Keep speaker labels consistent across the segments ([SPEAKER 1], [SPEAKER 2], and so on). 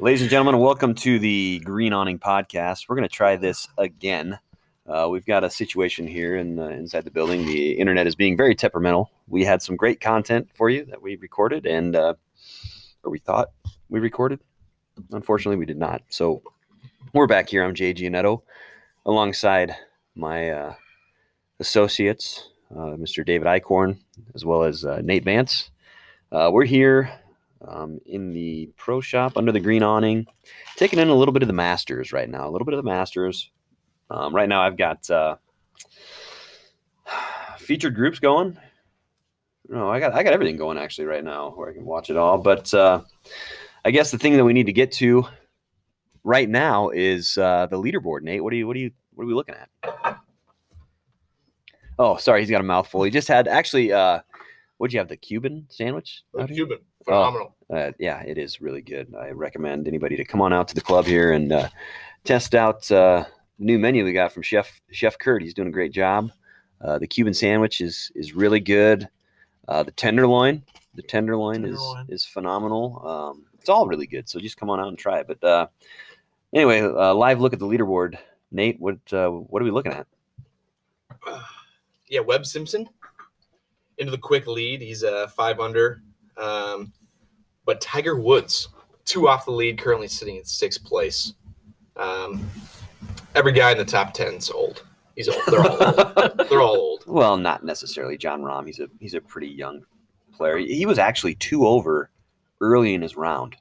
[SPEAKER 1] Ladies and gentlemen, welcome to the Green Awning Podcast. We're going to try this again. Uh, we've got a situation here in, uh, inside the building. The internet is being very temperamental. We had some great content for you that we recorded, and uh, or we thought we recorded. Unfortunately, we did not. So we're back here. I'm Jay Gianetto, alongside my uh, associates, uh, Mr. David Icorn, as well as uh, Nate Vance. Uh, we're here um, in the pro shop under the green awning, taking in a little bit of the Masters right now. A little bit of the Masters. Um, right now, I've got uh, featured groups going. No, I got I got everything going actually right now where I can watch it all. But uh, I guess the thing that we need to get to right now is uh, the leaderboard. Nate, what are you what are you what are we looking at? Oh, sorry, he's got a mouthful. He just had actually. Uh, what'd you have? The Cuban sandwich?
[SPEAKER 2] Uh,
[SPEAKER 1] out here?
[SPEAKER 2] Cuban, phenomenal.
[SPEAKER 1] uh, yeah, it is really good. I recommend anybody to come on out to the club here and uh, test out uh, the new menu we got from Chef Chef Kurt. He's doing a great job. Uh, the Cuban sandwich is is really good. Uh, the tenderloin, the tenderloin,
[SPEAKER 2] Tenderloin.
[SPEAKER 1] is is phenomenal. Um, it's all really good. So just come on out and try it. But uh, anyway, uh, live look at the leaderboard. Nate, what uh, what are we looking at?
[SPEAKER 2] Yeah, Webb Simpson into the quick lead. He's uh, five under, um, but Tiger Woods two off the lead, currently sitting in sixth place. Um, every guy in the top ten's old. He's old. They're all old. They're all old.
[SPEAKER 1] Well, not necessarily John Rahm. He's a he's a pretty young player. He was actually two over early in his round.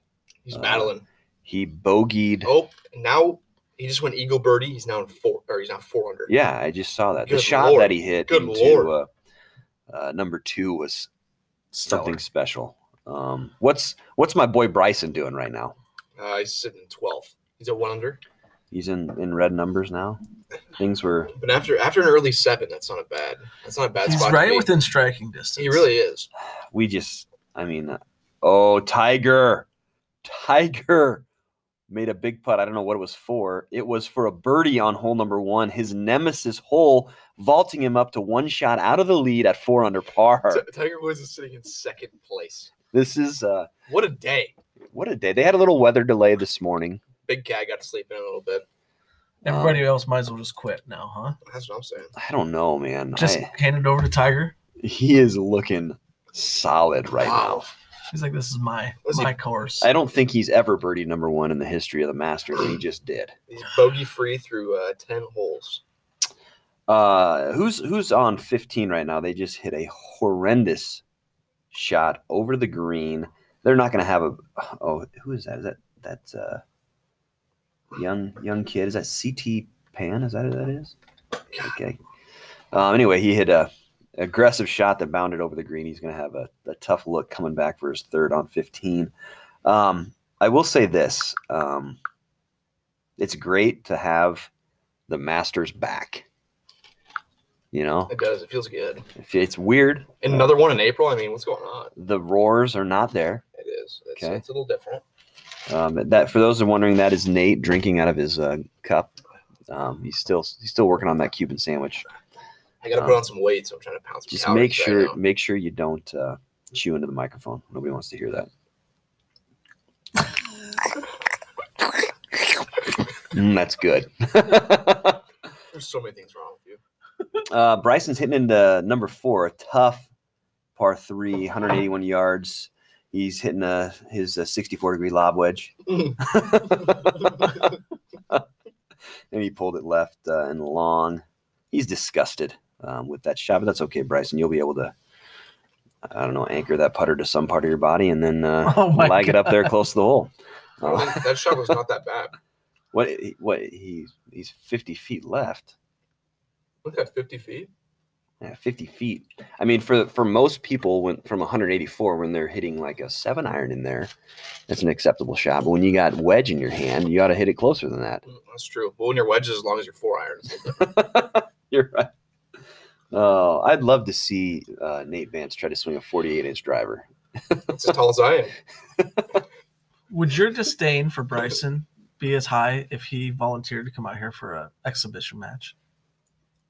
[SPEAKER 2] He's
[SPEAKER 1] Uh,
[SPEAKER 2] battling.
[SPEAKER 1] He bogeyed.
[SPEAKER 2] Oh, now he just went eagle birdie. He's now in four, or he's now four under.
[SPEAKER 1] Yeah, I just saw that. The
[SPEAKER 2] Good
[SPEAKER 1] shot
[SPEAKER 2] lord.
[SPEAKER 1] that he hit
[SPEAKER 2] Good
[SPEAKER 1] into uh,
[SPEAKER 2] lord.
[SPEAKER 1] uh, number two was
[SPEAKER 2] Stellar.
[SPEAKER 1] something special. Um, what's what's my boy Bryson doing right now?
[SPEAKER 2] Uh, he's sitting in twelfth. He's at one under.
[SPEAKER 1] He's in in red numbers now. Things were.
[SPEAKER 2] But after after an early seven, that's not a bad. That's not a bad
[SPEAKER 3] He's
[SPEAKER 2] spot. to
[SPEAKER 3] right
[SPEAKER 2] be.
[SPEAKER 3] within striking distance.
[SPEAKER 2] He really is.
[SPEAKER 1] We just. I mean, uh, oh Tiger, Tiger made a big putt. I don't know what it was for. It was for a birdie on hole number one. His nemesis hole, vaulting him up to one shot out of the lead at four under par.
[SPEAKER 2] T- Tiger Woods is sitting in second place.
[SPEAKER 1] This is uh,
[SPEAKER 2] What a day!
[SPEAKER 1] what a day. They had a little weather delay this morning.
[SPEAKER 2] Big guy got to sleep in a little bit.
[SPEAKER 3] Everybody else might as well just quit now, huh?
[SPEAKER 2] That's what I'm saying.
[SPEAKER 1] I don't know, man.
[SPEAKER 3] Just
[SPEAKER 1] I-
[SPEAKER 3] hand it over to Tiger.
[SPEAKER 1] he is looking solid right
[SPEAKER 2] Wow.
[SPEAKER 3] He's like, "This is my
[SPEAKER 2] Was he-
[SPEAKER 3] my course."
[SPEAKER 1] now. I don't think he's ever birdie number one in the history of the Masters. and He just did.
[SPEAKER 2] He's bogey free through uh, ten holes.
[SPEAKER 1] Uh, who's who's on 15 right now? They just hit a horrendous shot over the green. They're not going to have a. Oh, who is that? Is that that's uh, young young kid? Is that CT Pan? Is that who that is? Okay. Um, anyway, he hit a aggressive shot that bounded over the green. He's going to have a, a tough look coming back for his third on 15. Um, I will say this: um, it's great to have the Masters back. You know,
[SPEAKER 2] It does. It feels good.
[SPEAKER 1] if it's weird.
[SPEAKER 2] And another one in April. I mean, what's going on?
[SPEAKER 1] The roars are not there.
[SPEAKER 2] It is. It's,
[SPEAKER 1] Okay.
[SPEAKER 2] it's a little different.
[SPEAKER 1] Um, that for those who are wondering, that is Nate drinking out of his uh, cup. Um, he's still he's still working on that Cuban sandwich.
[SPEAKER 2] I got to
[SPEAKER 1] Um,
[SPEAKER 2] put on some weight, so I'm trying to pounce.
[SPEAKER 1] Just make sure make sure you don't uh, chew into the microphone. Nobody wants to hear that. Mm, that's good.
[SPEAKER 2] There's so many things wrong with you.
[SPEAKER 1] uh, Bryson's hitting into number four, a tough par three, 181 yards. He's hitting a, his uh 64 degree lob wedge. and he pulled it left uh, and long. He's disgusted um, with that shot, but that's okay, Bryson. You'll be able to, I don't know, anchor that putter to some part of your body and then uh,
[SPEAKER 3] Oh my
[SPEAKER 1] lag it up there close to the hole.
[SPEAKER 2] I don't
[SPEAKER 1] Uh,
[SPEAKER 2] think- that shot was not that bad.
[SPEAKER 1] what? What? He's he's 50 feet left.
[SPEAKER 2] Look at 50 feet.
[SPEAKER 1] Yeah, 50 feet. I mean, for for most people, when from 184, when they're hitting like a seven iron in there, that's an acceptable shot. But when you got wedge in your hand, you ought to hit it closer than that.
[SPEAKER 2] Mm, That's true. But when your wedge is as long as your four irons,
[SPEAKER 1] You're right. Oh, I'd love to see uh, Nate Vance try to swing a 48 inch driver.
[SPEAKER 2] it's as tall as I am.
[SPEAKER 3] Would your disdain for Bryson be as high if he volunteered to come out here for a exhibition match?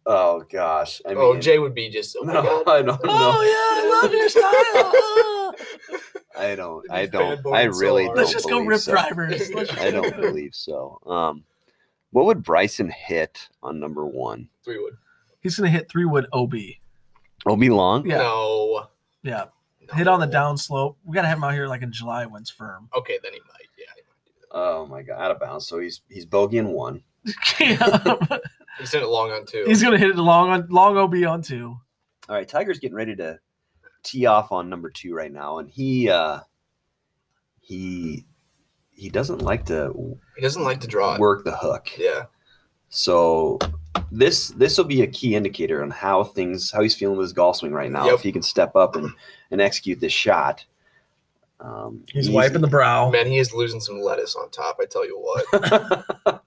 [SPEAKER 1] Oh gosh, I mean,
[SPEAKER 2] oh, Jay would be just. Oh my
[SPEAKER 1] no,
[SPEAKER 2] God.
[SPEAKER 1] I don't know.
[SPEAKER 3] yeah, I love your style.
[SPEAKER 1] I don't.
[SPEAKER 2] They've
[SPEAKER 1] I
[SPEAKER 2] been
[SPEAKER 1] don't.
[SPEAKER 2] fanboying
[SPEAKER 1] I
[SPEAKER 2] so
[SPEAKER 1] really
[SPEAKER 2] hard.
[SPEAKER 1] don't.
[SPEAKER 3] Let's just go
[SPEAKER 1] believe
[SPEAKER 3] rip
[SPEAKER 1] so.
[SPEAKER 3] drivers. Let's just
[SPEAKER 1] I don't believe so. Um, what would Bryson hit on number one?
[SPEAKER 2] Three wood.
[SPEAKER 3] He's gonna hit three wood OB.
[SPEAKER 1] Obi Long.
[SPEAKER 3] Yeah.
[SPEAKER 2] No.
[SPEAKER 3] Yeah. Hit on the
[SPEAKER 2] No.
[SPEAKER 3] down slope. We gotta have him out here like in July when it's firm.
[SPEAKER 2] Okay, then he might. Yeah. he might do that.
[SPEAKER 1] Oh my god, out of bounds. So he's he's bogeying one.
[SPEAKER 3] Yeah.
[SPEAKER 2] He sent it long on two.
[SPEAKER 3] He's gonna hit it long on long OB on two.
[SPEAKER 1] All right, Tiger's getting ready to tee off on number two right now, and he uh he he doesn't like to
[SPEAKER 2] he doesn't like to draw it.
[SPEAKER 1] work the hook.
[SPEAKER 2] Yeah.
[SPEAKER 1] So this this will be a key indicator on how things how he's feeling with his golf swing right now.
[SPEAKER 2] Yep.
[SPEAKER 1] If he can step up and and execute this shot. Um,
[SPEAKER 3] He's wiping the brow.
[SPEAKER 2] Man, he is losing some lettuce on top. I tell you what.
[SPEAKER 1] the.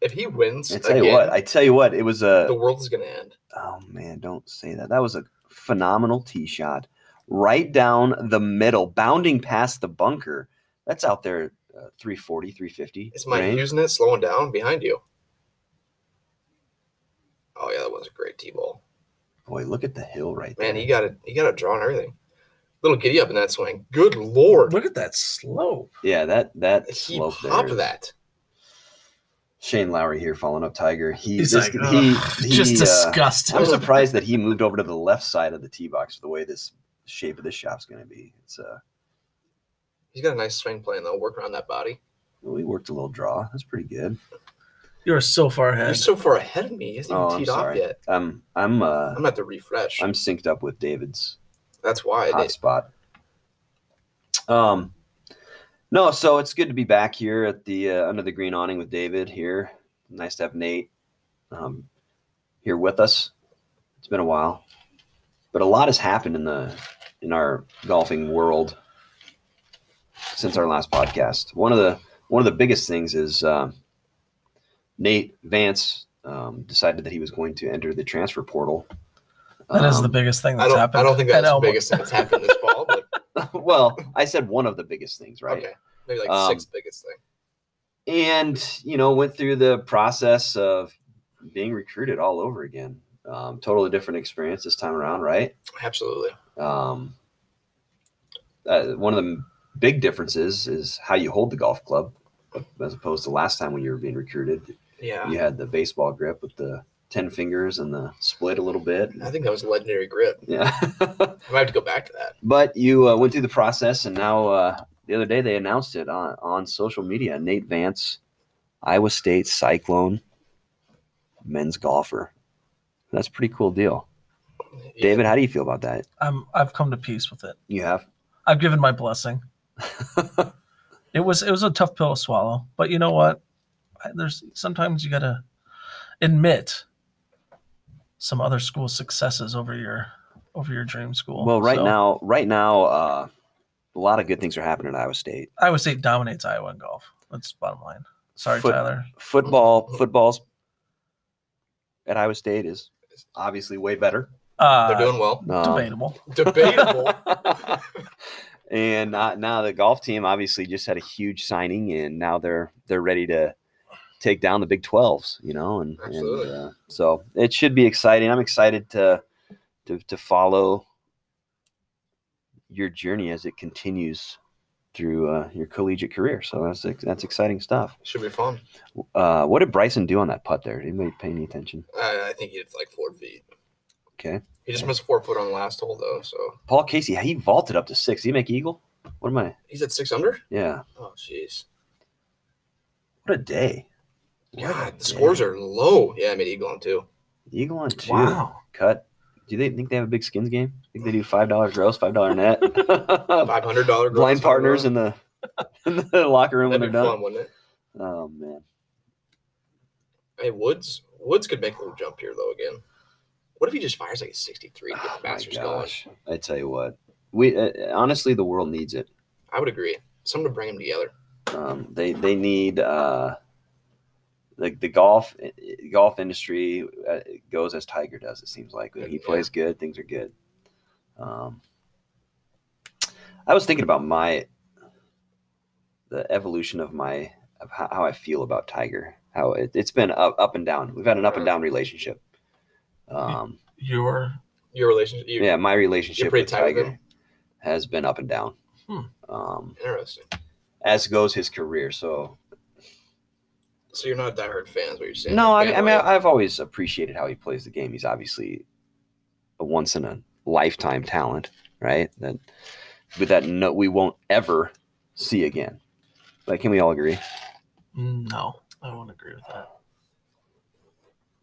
[SPEAKER 2] If he wins
[SPEAKER 1] I tell you
[SPEAKER 2] again,
[SPEAKER 1] what, I tell you what, it was a
[SPEAKER 2] the world is gonna end.
[SPEAKER 1] oh man, don't say that. That was a phenomenal tee shot, right down the middle, bounding past the bunker. That's out there, uh, 340, 350.
[SPEAKER 2] Is my
[SPEAKER 1] range.
[SPEAKER 2] Usenet slowing down behind you? Oh yeah, that was a great T ball.
[SPEAKER 1] Boy, look at the hill right
[SPEAKER 2] Man,
[SPEAKER 1] there.
[SPEAKER 2] he got it. He got it draw and everything. Little giddy up in that swing. Good lord,
[SPEAKER 3] Look at that slope.
[SPEAKER 1] yeah, that that
[SPEAKER 2] he
[SPEAKER 1] slope
[SPEAKER 2] popped
[SPEAKER 1] there.
[SPEAKER 2] that.
[SPEAKER 1] Shane Lowry here following up Tiger. He
[SPEAKER 3] He's
[SPEAKER 1] this-
[SPEAKER 3] like
[SPEAKER 1] he,
[SPEAKER 3] "Ugh,
[SPEAKER 1] he,
[SPEAKER 3] just
[SPEAKER 1] uh,
[SPEAKER 3] disgusting.
[SPEAKER 1] I'm surprised that he moved over to the left side of the tee box. The way this shape of this shop's going to be, it's uh,
[SPEAKER 2] He's got a nice swing plan though, working on that body.
[SPEAKER 1] we worked a little draw. That's pretty good.
[SPEAKER 3] You're so far
[SPEAKER 2] You're
[SPEAKER 3] ahead.
[SPEAKER 2] so far ahead of me. He hasn't
[SPEAKER 1] Oh,
[SPEAKER 2] even
[SPEAKER 1] I'm
[SPEAKER 2] teed off
[SPEAKER 1] sorry.
[SPEAKER 2] yet.
[SPEAKER 1] Um, I'm uh,
[SPEAKER 2] I'm gonna have to refresh.
[SPEAKER 1] I'm synced up with David's
[SPEAKER 2] That's why. I
[SPEAKER 1] hot
[SPEAKER 2] did.
[SPEAKER 1] spot. Um, no, so it's good to be back here at the uh, under the green awning with David here. Nice to have Nate um, here with us. It's been a while, but a lot has happened in the in our golfing world since our last podcast. One of the one of the biggest things is um Nate Vance um, decided that he was going to enter the transfer portal.
[SPEAKER 3] That is the
[SPEAKER 1] Um,
[SPEAKER 3] biggest thing
[SPEAKER 2] I
[SPEAKER 3] that's
[SPEAKER 2] don't.
[SPEAKER 3] happened.
[SPEAKER 2] I don't think
[SPEAKER 3] at
[SPEAKER 2] that's the
[SPEAKER 3] Elmo.
[SPEAKER 2] biggest thing that's happened this fall. But
[SPEAKER 1] well, I said one of the biggest things, right?
[SPEAKER 2] okay, maybe like
[SPEAKER 1] Um,
[SPEAKER 2] sixth biggest thing.
[SPEAKER 1] And you know, went through the process of being recruited all over again. Um, totally different experience this time around, right?
[SPEAKER 2] Absolutely.
[SPEAKER 1] Um, uh, one of the big differences is how you hold the golf club, as opposed to last time when you were being recruited.
[SPEAKER 2] Yeah.
[SPEAKER 1] You had the baseball grip with the ten fingers and the split a little bit.
[SPEAKER 2] I think that was a legendary grip.
[SPEAKER 1] Yeah.
[SPEAKER 2] I might have to go back to that.
[SPEAKER 1] but you uh, went through the process and now uh, the other day they announced it on, on social media nate vance iowa state cyclone men's golfer that's a pretty cool deal
[SPEAKER 2] Yeah.
[SPEAKER 1] david how do you feel about that
[SPEAKER 3] I'm, I've come to peace with it.
[SPEAKER 1] you have
[SPEAKER 3] I've given my blessing. it was it was a tough pill to swallow, but you know what? I- There's sometimes you gotta admit some other school successes over your over your dream school.
[SPEAKER 1] well right
[SPEAKER 3] So,
[SPEAKER 1] now right now uh, a lot of good things are happening at iowa state
[SPEAKER 3] Iowa State dominates Iowa in golf. That's bottom line. Sorry,
[SPEAKER 1] Foot-
[SPEAKER 3] Tyler.
[SPEAKER 1] football footballs at iowa state is obviously way better
[SPEAKER 3] Uh,
[SPEAKER 2] They're doing well.
[SPEAKER 1] Um,
[SPEAKER 3] debatable.
[SPEAKER 2] Debatable.
[SPEAKER 1] and not, now the golf team obviously just had a huge signing, and now they're they're ready to take down the Big Twelves, you know, and, and,
[SPEAKER 2] Absolutely.
[SPEAKER 1] uh, so it should be exciting. I'm excited to to to follow your journey as it continues through uh, your collegiate career. So that's ex- that's exciting stuff.
[SPEAKER 2] Should be fun.
[SPEAKER 1] Uh, what did Bryson do on that putt there? Anybody pay any attention?
[SPEAKER 2] I, I think he did like four feet.
[SPEAKER 1] Okay,
[SPEAKER 2] He just missed four foot on the last hole though, so
[SPEAKER 1] Paul Casey, he vaulted up to six. Did he make eagle? What am I?
[SPEAKER 2] he's at six under.
[SPEAKER 1] Yeah,
[SPEAKER 2] Oh jeez.
[SPEAKER 1] what a day.
[SPEAKER 2] God, the scores are low. Yeah, I made eagle on two.
[SPEAKER 1] Eagle on two. Cut. Do they think they have a big skins game? think they do five dollar gross, five dollar net.
[SPEAKER 2] Five hundred dollar
[SPEAKER 1] Blind partners in the in the locker room
[SPEAKER 2] That'd
[SPEAKER 1] when
[SPEAKER 2] be
[SPEAKER 1] they're
[SPEAKER 2] fun,
[SPEAKER 1] done.
[SPEAKER 2] wouldn't it?
[SPEAKER 1] Oh man.
[SPEAKER 2] Hey, Woods. Woods could make a little jump here though again. What if he just fires like a sixty three to
[SPEAKER 1] Oh,
[SPEAKER 2] get the
[SPEAKER 1] my
[SPEAKER 2] Masters going?
[SPEAKER 1] gosh. I tell you what. We uh, honestly, the world needs it.
[SPEAKER 2] I would agree. Someone to bring him together.
[SPEAKER 1] Um, they they need uh, like the golf golf industry uh, goes as Tiger does. It seems like when he
[SPEAKER 2] Yeah.
[SPEAKER 1] plays good, things are good. Um, I was thinking about my the evolution of my of how, how I feel about Tiger. How it, it's been up, up and down. We've had an up
[SPEAKER 2] Uh-huh.
[SPEAKER 1] and down relationship. Um,
[SPEAKER 3] Your
[SPEAKER 2] Your relationship. You,
[SPEAKER 1] yeah, my relationship
[SPEAKER 2] pretty
[SPEAKER 1] with
[SPEAKER 2] tight with
[SPEAKER 1] Tiger has been up and down.
[SPEAKER 3] Hmm.
[SPEAKER 1] Um,
[SPEAKER 2] Interesting.
[SPEAKER 1] as goes his career. So
[SPEAKER 2] So you're not a diehard fan, is what you're saying?
[SPEAKER 1] no, I, I mean
[SPEAKER 2] Bandwagon.
[SPEAKER 1] I've always appreciated how he plays the game. He's obviously a once in a lifetime talent, right? That with that no, we won't ever see again. Like, can we all agree?
[SPEAKER 3] No, I won't agree with that.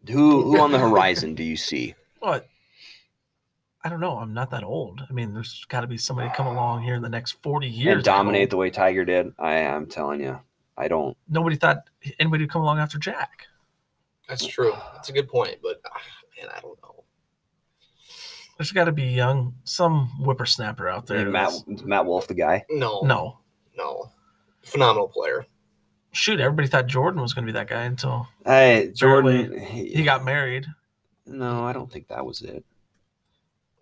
[SPEAKER 1] Who who on the horizon do you see?
[SPEAKER 3] But I don't know. I'm not that old. I mean, there's got to be somebody come along here in the next 40 years
[SPEAKER 1] and dominate the way Tiger did. I am telling you, I don't.
[SPEAKER 3] Nobody thought anybody would come along after Jack.
[SPEAKER 2] That's true. That's a good point, but ah, man, I don't know.
[SPEAKER 3] There's got to be young, some whippersnapper out there.
[SPEAKER 1] Matt
[SPEAKER 3] that's-
[SPEAKER 1] Matt Wolf, the guy.
[SPEAKER 2] No,
[SPEAKER 3] No,
[SPEAKER 2] no. Phenomenal player.
[SPEAKER 3] shoot, everybody thought Jordan was going to be that guy until
[SPEAKER 1] Hey, Jordan. he-
[SPEAKER 3] he got married.
[SPEAKER 1] no, I don't think that was it.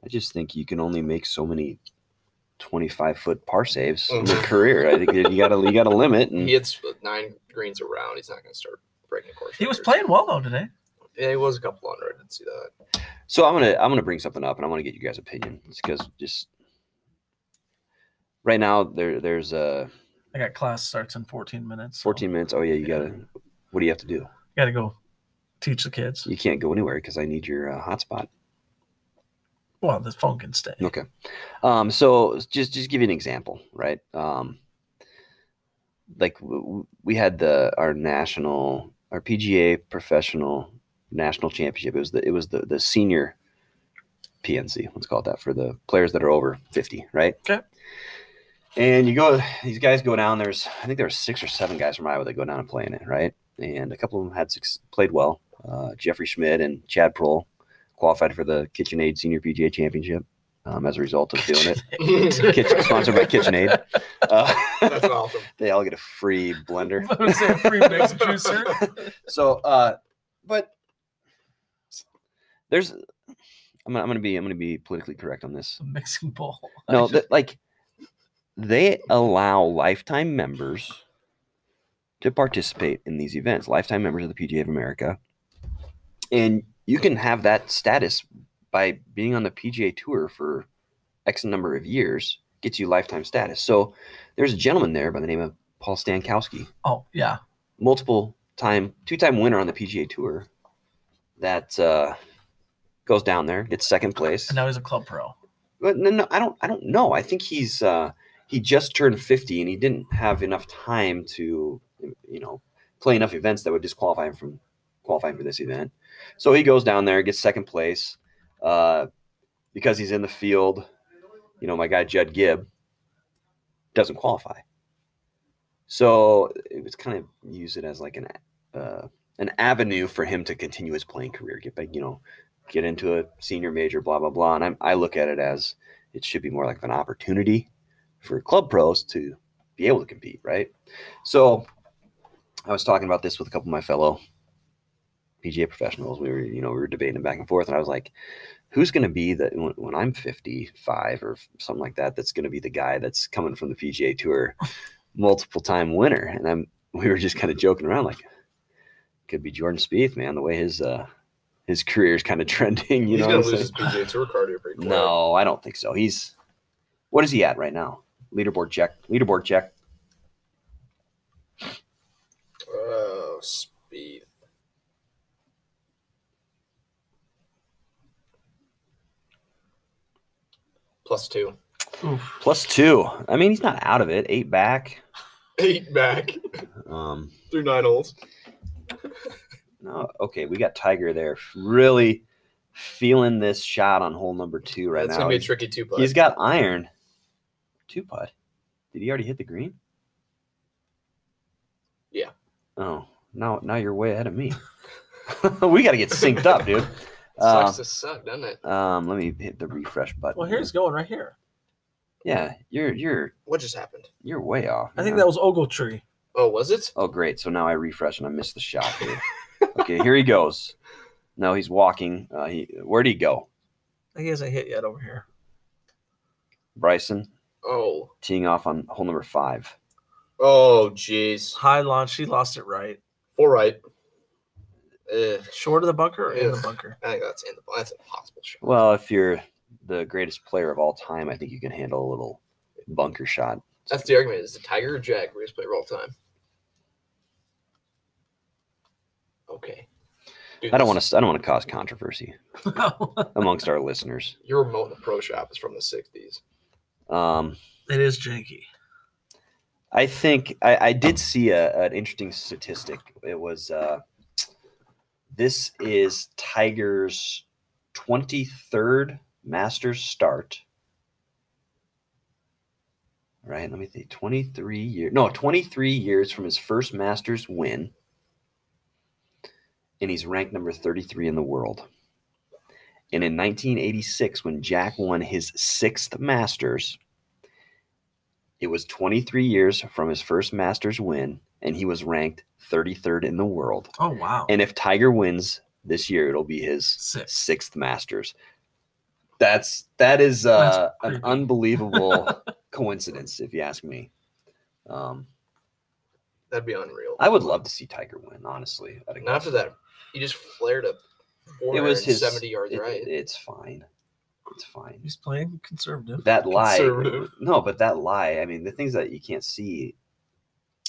[SPEAKER 1] I just think you can only make so many twenty-five foot par saves in your
[SPEAKER 2] Mhm.
[SPEAKER 1] career. I think that you got to you got to limit. And
[SPEAKER 2] He hits nine greens around. He's not going to start breaking course.
[SPEAKER 3] He was
[SPEAKER 2] records.
[SPEAKER 3] playing well though today.
[SPEAKER 2] Yeah, he was a couple under. I didn't see that.
[SPEAKER 1] so I'm gonna I'm gonna bring something up, and I want to get you guys' opinion because just right now there there's uh
[SPEAKER 3] I got class starts in 14 minutes. so
[SPEAKER 1] 14 minutes. Oh yeah, you gotta. What do you have to do?
[SPEAKER 3] Got to go teach the kids.
[SPEAKER 1] You can't go anywhere because I need your uh, hotspot.
[SPEAKER 3] Well, the phone can stay.
[SPEAKER 1] Okay. Um, so just just give you an example, right? Um, like w- w- we had the our national our PGA professional national championship. It was the it was the the senior PNC. Let's call it that for the players that are over fifty, right?
[SPEAKER 3] Okay.
[SPEAKER 1] And you go, these guys go down. There's I think there were six or seven guys from Iowa that go down and play in it, right? And a couple of them had six, played well. Uh, Jeffrey Schmidt and Chad Prohl qualified for the KitchenAid Senior PGA Championship um, as a result of doing it. Kitchen, sponsored by KitchenAid.
[SPEAKER 2] That's
[SPEAKER 1] Uh,
[SPEAKER 2] awesome.
[SPEAKER 1] they all get a free blender.
[SPEAKER 3] Was it a free mix juicer?
[SPEAKER 1] So, uh, but there's, I'm, gonna- I'm gonna be, I'm gonna be politically correct on this.
[SPEAKER 3] A mixing bowl.
[SPEAKER 1] No, that like they allow lifetime members to participate in these events, lifetime members of the PGA of America. And you can have that status by being on the PGA Tour for X number of years, gets you lifetime status. So there's a gentleman there by the name of Paul Stankowski,
[SPEAKER 3] oh yeah,
[SPEAKER 1] multiple time, two time winner on the PGA Tour, that uh, goes down there, gets second place.
[SPEAKER 3] and now he's a club pro.
[SPEAKER 1] But no, no, I don't. I don't know. I think he's uh, he just turned fifty, and he didn't have enough time to, you know, play enough events that would disqualify him from qualifying for this event. So he goes down there, gets second place, uh, because he's in the field. You know, my guy Judd Gibb doesn't qualify. So it was kind of use it as like an uh, an avenue for him to continue his playing career, get back, you know, get into a senior major, blah blah blah. And I'm, I look at it as it should be more like an opportunity for club pros to be able to compete, right? So I was talking about this with a couple of my fellow PGA professionals. We were, you know, we were debating back and forth, and I was like, "Who's going to be the when, when I'm 55 or something like that? That's going to be the guy that's coming from the PGA Tour, multiple time winner?" And I'm we were just kind of joking around, like, "Could be Jordan Spieth, man. The way his uh his career is kind of trending, you
[SPEAKER 2] He's
[SPEAKER 1] know." what
[SPEAKER 2] going to
[SPEAKER 1] I'm
[SPEAKER 2] lose
[SPEAKER 1] saying?
[SPEAKER 2] his PGA Tour card here pretty quick.
[SPEAKER 1] No, I don't think so. He's what is he at right now? Leaderboard check. Leaderboard check.
[SPEAKER 2] Oh, speed. Plus two.
[SPEAKER 3] Oof.
[SPEAKER 1] Plus two. I mean, he's not out of it. Eight back.
[SPEAKER 2] Eight back
[SPEAKER 1] Um,
[SPEAKER 2] through nine holes.
[SPEAKER 1] no, okay, we got Tiger there. Really feeling this shot on hole number two right
[SPEAKER 2] That's
[SPEAKER 1] now.
[SPEAKER 2] going to be a
[SPEAKER 1] He's-
[SPEAKER 2] tricky two putt.
[SPEAKER 1] he's got iron. Two putt. Did he already hit the green?
[SPEAKER 2] Yeah.
[SPEAKER 1] Oh, now now you're way ahead of me. we got to get synced up, dude. Uh,
[SPEAKER 2] Sucks to suck, doesn't it?
[SPEAKER 1] Um, let me hit the refresh button.
[SPEAKER 3] Well, here's going right here.
[SPEAKER 1] Yeah, you're you're
[SPEAKER 2] What just happened?
[SPEAKER 1] you're way off.
[SPEAKER 3] I think
[SPEAKER 1] man.
[SPEAKER 3] that was Ogletree.
[SPEAKER 2] Oh, was it?
[SPEAKER 1] Oh, great! So now I refresh and I missed the shot. Here. okay, here he goes. No, he's walking. Uh, he where'd he go?
[SPEAKER 3] He hasn't hit yet over here.
[SPEAKER 1] Bryson
[SPEAKER 2] Oh.
[SPEAKER 1] teeing off on hole number five.
[SPEAKER 2] Oh, jeez.
[SPEAKER 3] High launch. He lost it right,
[SPEAKER 2] Four right. Ugh,
[SPEAKER 3] short of the bunker or in the
[SPEAKER 2] Ugh.
[SPEAKER 3] bunker.
[SPEAKER 2] I think that's in the That's an impossible shot.
[SPEAKER 1] Well, if you're the greatest player of all time, I think you can handle a little bunker shot.
[SPEAKER 2] That's the argument. Is it Tiger or Jack greatest player of all time? Okay. Dude,
[SPEAKER 1] I don't
[SPEAKER 2] this-
[SPEAKER 1] want to. I don't want to cause controversy amongst our listeners.
[SPEAKER 2] Your remote in the pro shop is from the '60s.
[SPEAKER 1] Um,
[SPEAKER 3] it is janky.
[SPEAKER 1] I think I, I did see a, an interesting statistic. It was uh, this is Tiger's 23rd Masters start. All Right, let me think. 23 years. No, 23 years from his first Masters win. And he's ranked number 33 in the world. And in 1986, when Jack won his sixth Masters, it was 23 years from his first Masters win, and he was ranked 33rd in the world.
[SPEAKER 3] Oh wow.
[SPEAKER 1] And if Tiger wins this year, it'll be his
[SPEAKER 3] Six.
[SPEAKER 1] sixth Masters. That's that is uh,
[SPEAKER 3] That's
[SPEAKER 1] an
[SPEAKER 3] creepy.
[SPEAKER 1] unbelievable coincidence, if you ask me. Um,
[SPEAKER 2] That'd be unreal.
[SPEAKER 1] I would love to see Tiger win, honestly. at a
[SPEAKER 2] And after
[SPEAKER 1] golf-
[SPEAKER 2] that, he just flared up.
[SPEAKER 1] it was his
[SPEAKER 2] 70 yards
[SPEAKER 1] it-
[SPEAKER 2] right.
[SPEAKER 1] It's fine. It's fine.
[SPEAKER 3] He's playing conservative.
[SPEAKER 1] that lie
[SPEAKER 2] Conservative.
[SPEAKER 1] no but that lie i mean the things that you can't see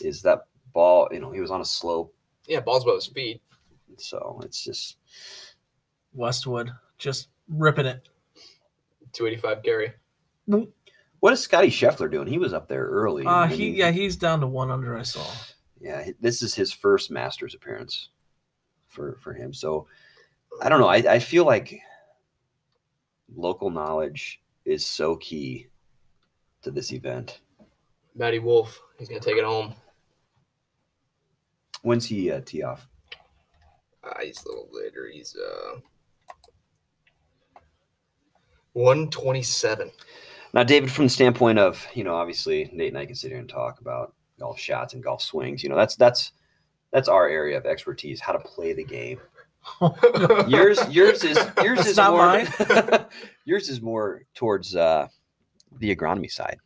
[SPEAKER 1] is that ball you know he was on a slope
[SPEAKER 2] yeah, balls above his feet.
[SPEAKER 1] so it's just
[SPEAKER 3] Westwood just ripping it.
[SPEAKER 2] 285 Gary.
[SPEAKER 1] what is scotty scheffler doing he was up there early
[SPEAKER 3] Uh,
[SPEAKER 1] I
[SPEAKER 3] he
[SPEAKER 1] mean,
[SPEAKER 3] yeah, he's down to one under. I saw.
[SPEAKER 1] yeah he- this is his first masters appearance for for him so i don't know i, I feel like local knowledge is so key to this event
[SPEAKER 2] Matty Wolf. He's gonna take it home.
[SPEAKER 1] when's he uh, tee off
[SPEAKER 2] Uh, he's a little later. He's uh 127.
[SPEAKER 1] Now, David, from the standpoint of you know, obviously Nate and I can sit here and talk about golf shots and golf swings. You know, that's that's that's our area of expertise, how to play the game. Yours, yours is yours
[SPEAKER 3] That's
[SPEAKER 1] is
[SPEAKER 3] not
[SPEAKER 1] more
[SPEAKER 3] mine.
[SPEAKER 1] yours is more towards uh, the agronomy side.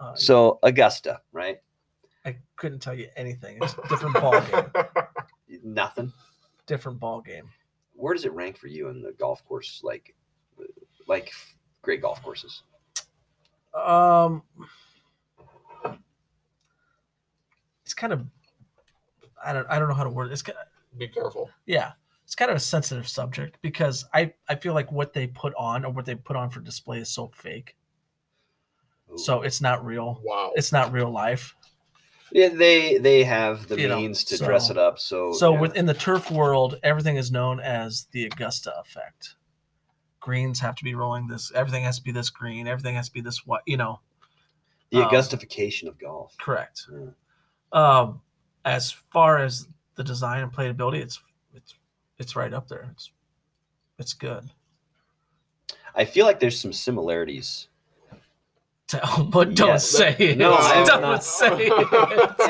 [SPEAKER 3] Uh,
[SPEAKER 1] So Augusta, right?
[SPEAKER 3] I couldn't tell you anything. It's a different ball game.
[SPEAKER 1] Nothing.
[SPEAKER 3] Different ball game.
[SPEAKER 1] Where does it rank for you in the golf course, like like great golf courses?
[SPEAKER 3] Um, it's kind of I don't I don't know how to word it. It's kind of,
[SPEAKER 2] Be careful.
[SPEAKER 3] yeah, it's kind of a sensitive subject because I I feel like what they put on or what they put on for display is so fake.
[SPEAKER 1] Ooh.
[SPEAKER 3] So it's not real.
[SPEAKER 2] Wow.
[SPEAKER 3] It's not real life.
[SPEAKER 1] yeah, they they have the
[SPEAKER 3] You know,
[SPEAKER 1] means to
[SPEAKER 3] so-
[SPEAKER 1] dress it up. So
[SPEAKER 3] So
[SPEAKER 1] Oh, yeah.
[SPEAKER 3] within the turf world, everything is known as the Augusta effect. Greens have to be rolling this. Everything has to be this green. Everything has to be this what you know.
[SPEAKER 1] the
[SPEAKER 3] um,
[SPEAKER 1] Augustification of golf.
[SPEAKER 3] Correct.
[SPEAKER 1] Yeah. Hmm.
[SPEAKER 3] Um, as far as the design and playability, it's it's it's right up there. It's it's good
[SPEAKER 1] I feel like there's some similarities.
[SPEAKER 3] Tell, but don't
[SPEAKER 1] Yes.
[SPEAKER 3] say it.
[SPEAKER 1] No,
[SPEAKER 2] I'm
[SPEAKER 3] don't
[SPEAKER 1] not.
[SPEAKER 3] say it.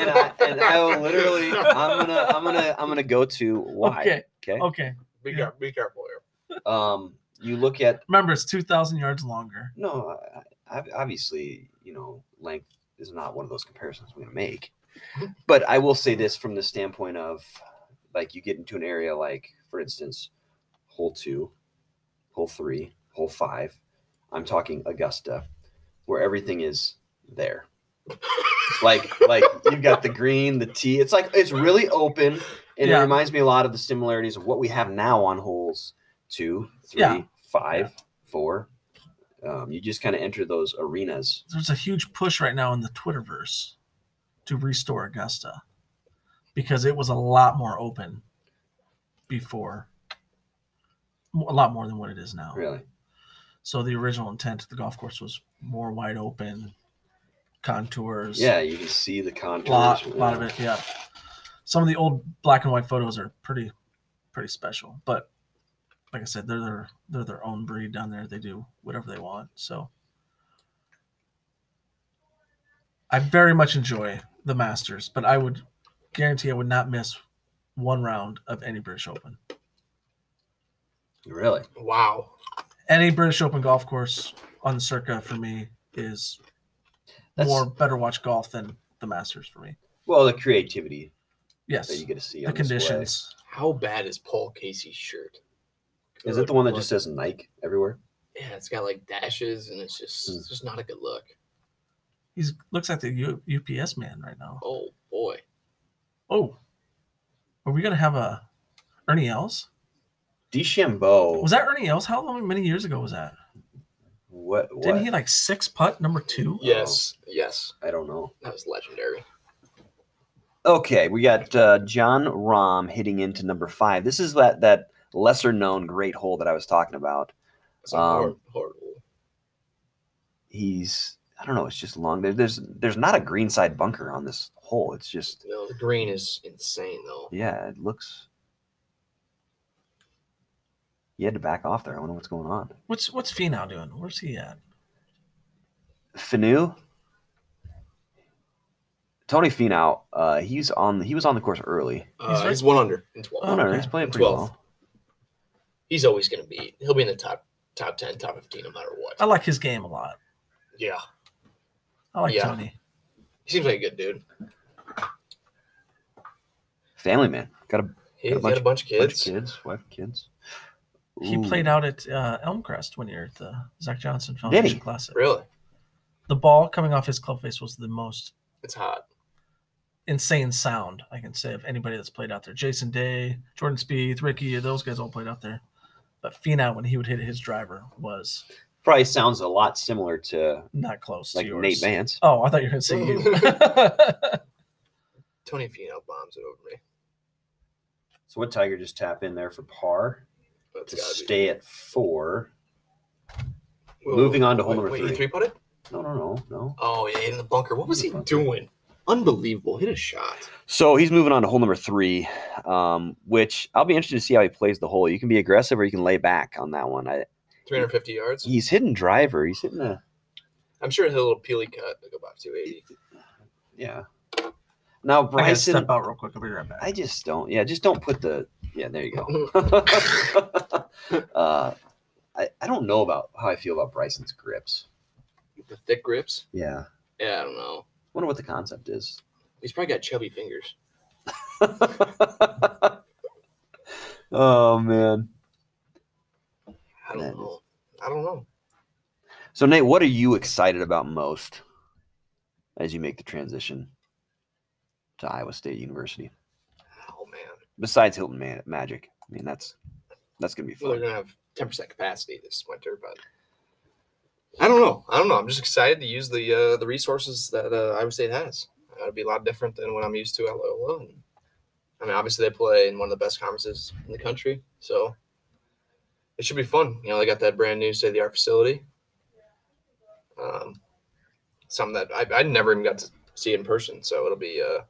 [SPEAKER 1] And I, and I will literally, I'm gonna, I'm gonna, I'm gonna go to why.
[SPEAKER 3] Okay.
[SPEAKER 1] Okay.
[SPEAKER 3] Okay.
[SPEAKER 2] Be,
[SPEAKER 3] Yeah.
[SPEAKER 2] car- be careful here.
[SPEAKER 1] Um, you look at
[SPEAKER 3] Remember, it's two thousand yards longer.
[SPEAKER 1] no, I, I, obviously, you know, length is not one of those comparisons we're gonna make. But I will say this from the standpoint of, like, you get into an area like, for instance, hole two, hole three, hole five. I'm talking Augusta, where everything is there. like like you've got the green, the tee. It's like it's really open, and
[SPEAKER 3] Yeah.
[SPEAKER 1] it reminds me a lot of the similarities of what we have now on holes two, three,
[SPEAKER 3] Yeah.
[SPEAKER 1] five, four. Um, you just kind of enter those arenas.
[SPEAKER 3] There's a huge push right now in the Twitterverse to restore Augusta because it was a lot more open before, a lot more than what it is now.
[SPEAKER 1] Really,
[SPEAKER 3] So the original intent of the golf course was more wide open, contours.
[SPEAKER 1] yeah, you can see the
[SPEAKER 3] a
[SPEAKER 1] contours.
[SPEAKER 3] lot, a lot of it. Yeah, some of the old black and white photos are pretty, pretty special. But like I said, they're their they're their own breed down there. They do whatever they want. So I very much enjoy the Masters, but I would guarantee I would not miss one round of any British Open.
[SPEAKER 1] Really,
[SPEAKER 2] Wow.
[SPEAKER 3] Any British Open golf course on the circa for me is
[SPEAKER 1] that's
[SPEAKER 3] more better watch golf than the Masters for me.
[SPEAKER 1] well the creativity that
[SPEAKER 3] Yes,
[SPEAKER 1] you get to see.
[SPEAKER 3] the
[SPEAKER 1] on display.
[SPEAKER 3] conditions.
[SPEAKER 2] How bad is Paul Casey's shirt?
[SPEAKER 1] Is it the one that just says Nike everywhere?
[SPEAKER 2] yeah, it's got like dashes, and it's
[SPEAKER 1] Hmm.
[SPEAKER 2] just it's just not a good look.
[SPEAKER 3] He looks like the U- UPS man right now.
[SPEAKER 2] Oh boy,
[SPEAKER 3] Oh, are we gonna have a Ernie Els?
[SPEAKER 1] DeChambeau.
[SPEAKER 3] Was that Ernie Els? How long, many years ago was that?
[SPEAKER 1] what? what?
[SPEAKER 3] Didn't he like six putt number two?
[SPEAKER 2] yes, Oh. yes,
[SPEAKER 1] I don't know.
[SPEAKER 2] that was legendary.
[SPEAKER 1] Okay, we got uh, John Rahm hitting into number five. This is that that lesser known great hole that I was talking about.
[SPEAKER 2] It's a
[SPEAKER 1] Um,
[SPEAKER 2] hard, hard hole.
[SPEAKER 1] He's I don't know. It's just long. There, there's there's not a greenside bunker on this hole. It's just
[SPEAKER 2] No, the green is insane though.
[SPEAKER 1] yeah. It looks. He had to back off there. I don't know what's going on.
[SPEAKER 3] What's what's Finau doing? Where's he at?
[SPEAKER 1] Finu. Tony Finau. Uh, he's on. He was on the course early.
[SPEAKER 2] Uh, he's,
[SPEAKER 3] right-
[SPEAKER 2] one under in twelve.
[SPEAKER 1] Oh, no, he's
[SPEAKER 3] Okay.
[SPEAKER 1] playing pretty
[SPEAKER 2] 12th.
[SPEAKER 1] well.
[SPEAKER 2] He's always gonna be. He'll be in the top top ten, top fifteen, no matter what.
[SPEAKER 3] I like his game a lot.
[SPEAKER 2] yeah,
[SPEAKER 3] I like
[SPEAKER 2] Yeah.
[SPEAKER 3] Tony.
[SPEAKER 2] he seems like a good dude.
[SPEAKER 1] Family man. Got a Got
[SPEAKER 2] He's
[SPEAKER 1] a
[SPEAKER 2] got
[SPEAKER 1] bunch-
[SPEAKER 2] a bunch
[SPEAKER 1] bunch
[SPEAKER 2] of kids.
[SPEAKER 1] of kids, wife, kids.
[SPEAKER 3] He
[SPEAKER 1] Ooh.
[SPEAKER 3] played out at uh, Elmcrest one year at the Zach Johnson
[SPEAKER 1] he?
[SPEAKER 3] Foundation Classic.
[SPEAKER 2] Really,
[SPEAKER 3] The ball coming off his club face was the most
[SPEAKER 2] it's hot.
[SPEAKER 3] insane sound I can say of anybody that's played out there. Jason Day, Jordan Spieth, Ricky, those guys all played out there. But Finau, when he would hit his driver, was
[SPEAKER 1] Probably sounds a lot similar to
[SPEAKER 3] not close
[SPEAKER 1] like
[SPEAKER 3] to yours.
[SPEAKER 1] Nate Vance.
[SPEAKER 3] Oh, I thought you were going to say you.
[SPEAKER 2] Tony Finau bombs it over me.
[SPEAKER 1] So would Tiger just tap in there for par
[SPEAKER 2] That's
[SPEAKER 1] to
[SPEAKER 2] gotta be-
[SPEAKER 1] stay at four?
[SPEAKER 2] Whoa,
[SPEAKER 1] moving on to
[SPEAKER 2] wait,
[SPEAKER 1] hole number
[SPEAKER 2] wait,
[SPEAKER 1] three.
[SPEAKER 2] He three putted.
[SPEAKER 1] No, no, no, no.
[SPEAKER 2] Oh yeah, in the bunker. What was
[SPEAKER 1] In
[SPEAKER 2] he
[SPEAKER 1] the bunker.
[SPEAKER 2] doing? Unbelievable. Hit a shot.
[SPEAKER 1] So he's moving on to hole number three, um, which I'll be interested to see how he plays the hole. You can be aggressive or you can lay back on that one. I,
[SPEAKER 2] 350 yards.
[SPEAKER 1] he's hitting driver. He's hitting a
[SPEAKER 2] I'm sure he'll hit a little peely cut to go back to 80.
[SPEAKER 1] yeah. Now
[SPEAKER 3] I gotta
[SPEAKER 1] Bryson,
[SPEAKER 3] step out real quick. I'll be right back.
[SPEAKER 1] I just don't. Yeah, just don't put the. Yeah, there you go. uh, I, I don't know about how I feel about Bryson's grips.
[SPEAKER 2] The thick grips.
[SPEAKER 1] Yeah,
[SPEAKER 2] Yeah, I don't know.
[SPEAKER 1] wonder what the concept is.
[SPEAKER 2] He's probably got chubby fingers.
[SPEAKER 1] oh man.
[SPEAKER 2] I don't
[SPEAKER 1] That is-
[SPEAKER 2] know. I don't know.
[SPEAKER 1] So Nate, what are you excited about most as you make the transition to Iowa State University?
[SPEAKER 2] Oh man.
[SPEAKER 1] Besides Hilton Man- Magic, I mean that's that's gonna be
[SPEAKER 2] Well, they're
[SPEAKER 1] fun.
[SPEAKER 2] gonna have 10% capacity this winter, but I don't know. I don't know. I'm just excited to use the uh, the resources that uh, Iowa State has. Uh, it'll be a lot different than what I'm used to at Loyola. And, I mean, obviously they play in one of the best conferences in the country, so it should be fun. You know, they got that brand new state of the art facility. Um, something that I, I never even got to see in person, so it'll be uh,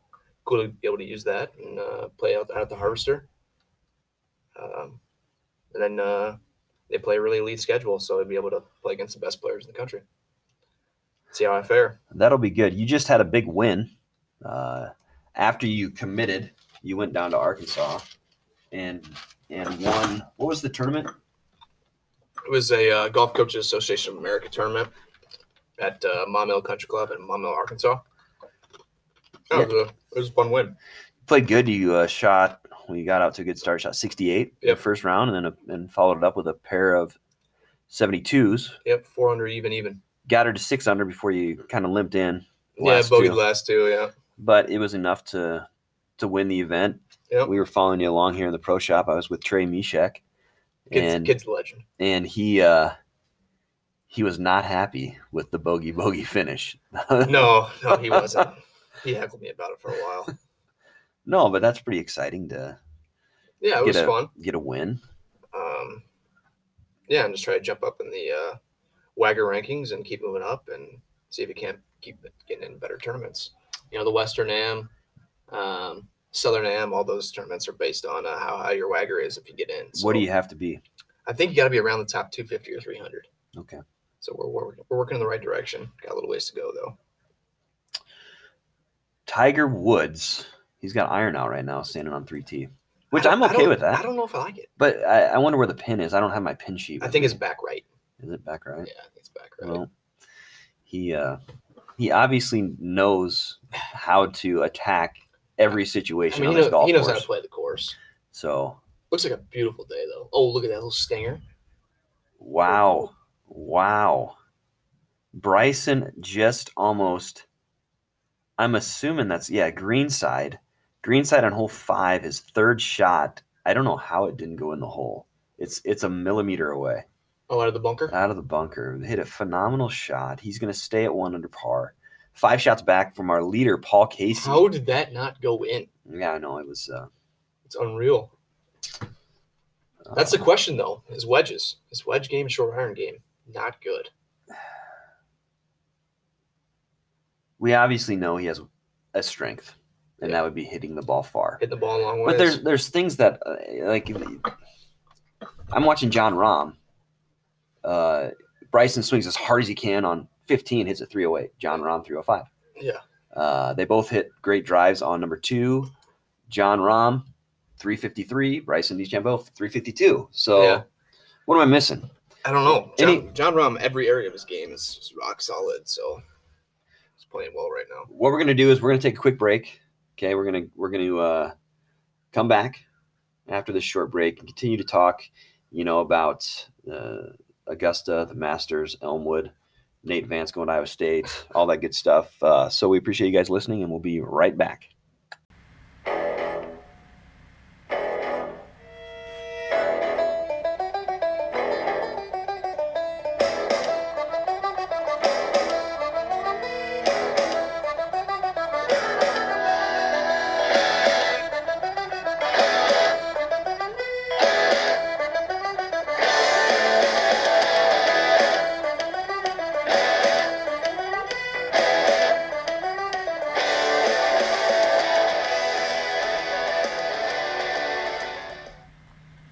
[SPEAKER 2] cool to be able to use that and uh, play out out at the Harvester. Um, and then uh, they play a really elite schedule, so they'd be able to play against the best players in the country. See how I fare.
[SPEAKER 1] That'll be good. You just had a big win. Uh, after you committed, you went down to Arkansas and and won. What was the tournament?
[SPEAKER 2] It was a uh, Golf Coaches Association of America tournament at uh, Mom Hill Country Club in Mom Hill, Arkansas. That was a, it was a fun win.
[SPEAKER 1] Played good. You uh, shot when you got out to a good start. Shot sixty eight in the
[SPEAKER 2] Yep.
[SPEAKER 1] first round, and then a, and followed it up with a pair of seventy twws.
[SPEAKER 2] Yep, 400 even, even.
[SPEAKER 1] got her to six under before you kind of limped in. last
[SPEAKER 2] yeah, bogeyed
[SPEAKER 1] two.
[SPEAKER 2] last two, yeah.
[SPEAKER 1] But it was enough to to win the event.
[SPEAKER 2] Yep.
[SPEAKER 1] We were following you along here in the pro shop. I was with Trey Mishek,
[SPEAKER 2] Kid's,
[SPEAKER 1] and
[SPEAKER 2] kid's a legend.
[SPEAKER 1] and he uh, he was not happy with the bogey bogey finish.
[SPEAKER 2] No, no, he wasn't. he heckled me about it for a while.
[SPEAKER 1] no, but that's pretty exciting to
[SPEAKER 2] Yeah, it was
[SPEAKER 1] get a
[SPEAKER 2] fun.
[SPEAKER 1] get a win.
[SPEAKER 2] um, yeah, and just try to jump up in the uh, Wagger rankings and keep moving up and see if we can't keep getting in better tournaments. You know, the Western Am, um, Southern Am, all those tournaments are based on uh, how high your Wagger is if you get in. So
[SPEAKER 1] what do you have to be?
[SPEAKER 2] I think you got to be around the top 250 or 300.
[SPEAKER 1] Okay.
[SPEAKER 2] So we're, we're we're working in the right direction. Got a little ways to go though.
[SPEAKER 1] Tiger Woods. He's got iron out right now, standing on three T, which
[SPEAKER 2] I
[SPEAKER 1] I'm
[SPEAKER 2] don't- I
[SPEAKER 1] okay
[SPEAKER 2] don't-
[SPEAKER 1] with
[SPEAKER 2] I
[SPEAKER 1] that.
[SPEAKER 2] don't know if I like it.
[SPEAKER 1] but I, I wonder where the pin is. I don't have my pin sheet.
[SPEAKER 2] I
[SPEAKER 1] with
[SPEAKER 2] think
[SPEAKER 1] me.
[SPEAKER 2] it's back right.
[SPEAKER 1] is it back
[SPEAKER 2] Yeah,
[SPEAKER 1] right?
[SPEAKER 2] I think it's back right.
[SPEAKER 1] Well, he uh, he obviously knows how to attack every
[SPEAKER 2] I
[SPEAKER 1] situation
[SPEAKER 2] mean,
[SPEAKER 1] on
[SPEAKER 2] he,
[SPEAKER 1] this
[SPEAKER 2] knows,
[SPEAKER 1] golf
[SPEAKER 2] he knows how to
[SPEAKER 1] course.
[SPEAKER 2] play the course.
[SPEAKER 1] So
[SPEAKER 2] Looks like a beautiful day though. Oh, look at that little stinger.
[SPEAKER 1] wow, Wow. Bryson just almost. I'm assuming that's yeah, Greenside. Greenside on hole five, his third shot. I don't know how it didn't go in the hole. It's it's a millimeter away
[SPEAKER 2] Oh, out of the bunker.
[SPEAKER 1] out of the bunker. Hit a phenomenal shot. He's going to stay at one under par. Five shots back from our leader Paul Casey.
[SPEAKER 2] How did that not go in?
[SPEAKER 1] Yeah, I know it was. Uh,
[SPEAKER 2] It's unreal. That's
[SPEAKER 1] uh,
[SPEAKER 2] the question though. Is wedges, his wedge game, short iron game, not good.
[SPEAKER 1] we obviously know he has a strength, and that would be hitting the ball far.
[SPEAKER 2] Hitting the ball a long ways.
[SPEAKER 1] But there's there's things that uh, like I'm watching John Rahm. Uh, Bryson swings as hard as he can on 15, hits a 308. John Rahm 305.
[SPEAKER 2] yeah,
[SPEAKER 1] Uh, they both hit great drives on number two. John Rahm 353. Bryson DeChambeau 352. So
[SPEAKER 2] Yeah.
[SPEAKER 1] what am I missing?
[SPEAKER 2] I don't know. John,
[SPEAKER 1] Any-
[SPEAKER 2] John Rahm, every area of his game is just rock solid. So he's playing well right now.
[SPEAKER 1] what we're gonna do is we're gonna take a quick break. Okay, we're gonna we're gonna uh, come back after this short break and continue to talk, you know, about uh, Augusta, the Masters, Elmwood, Nate Vance going to Iowa State, all that good stuff. Uh, so we appreciate you guys listening, and we'll be right back.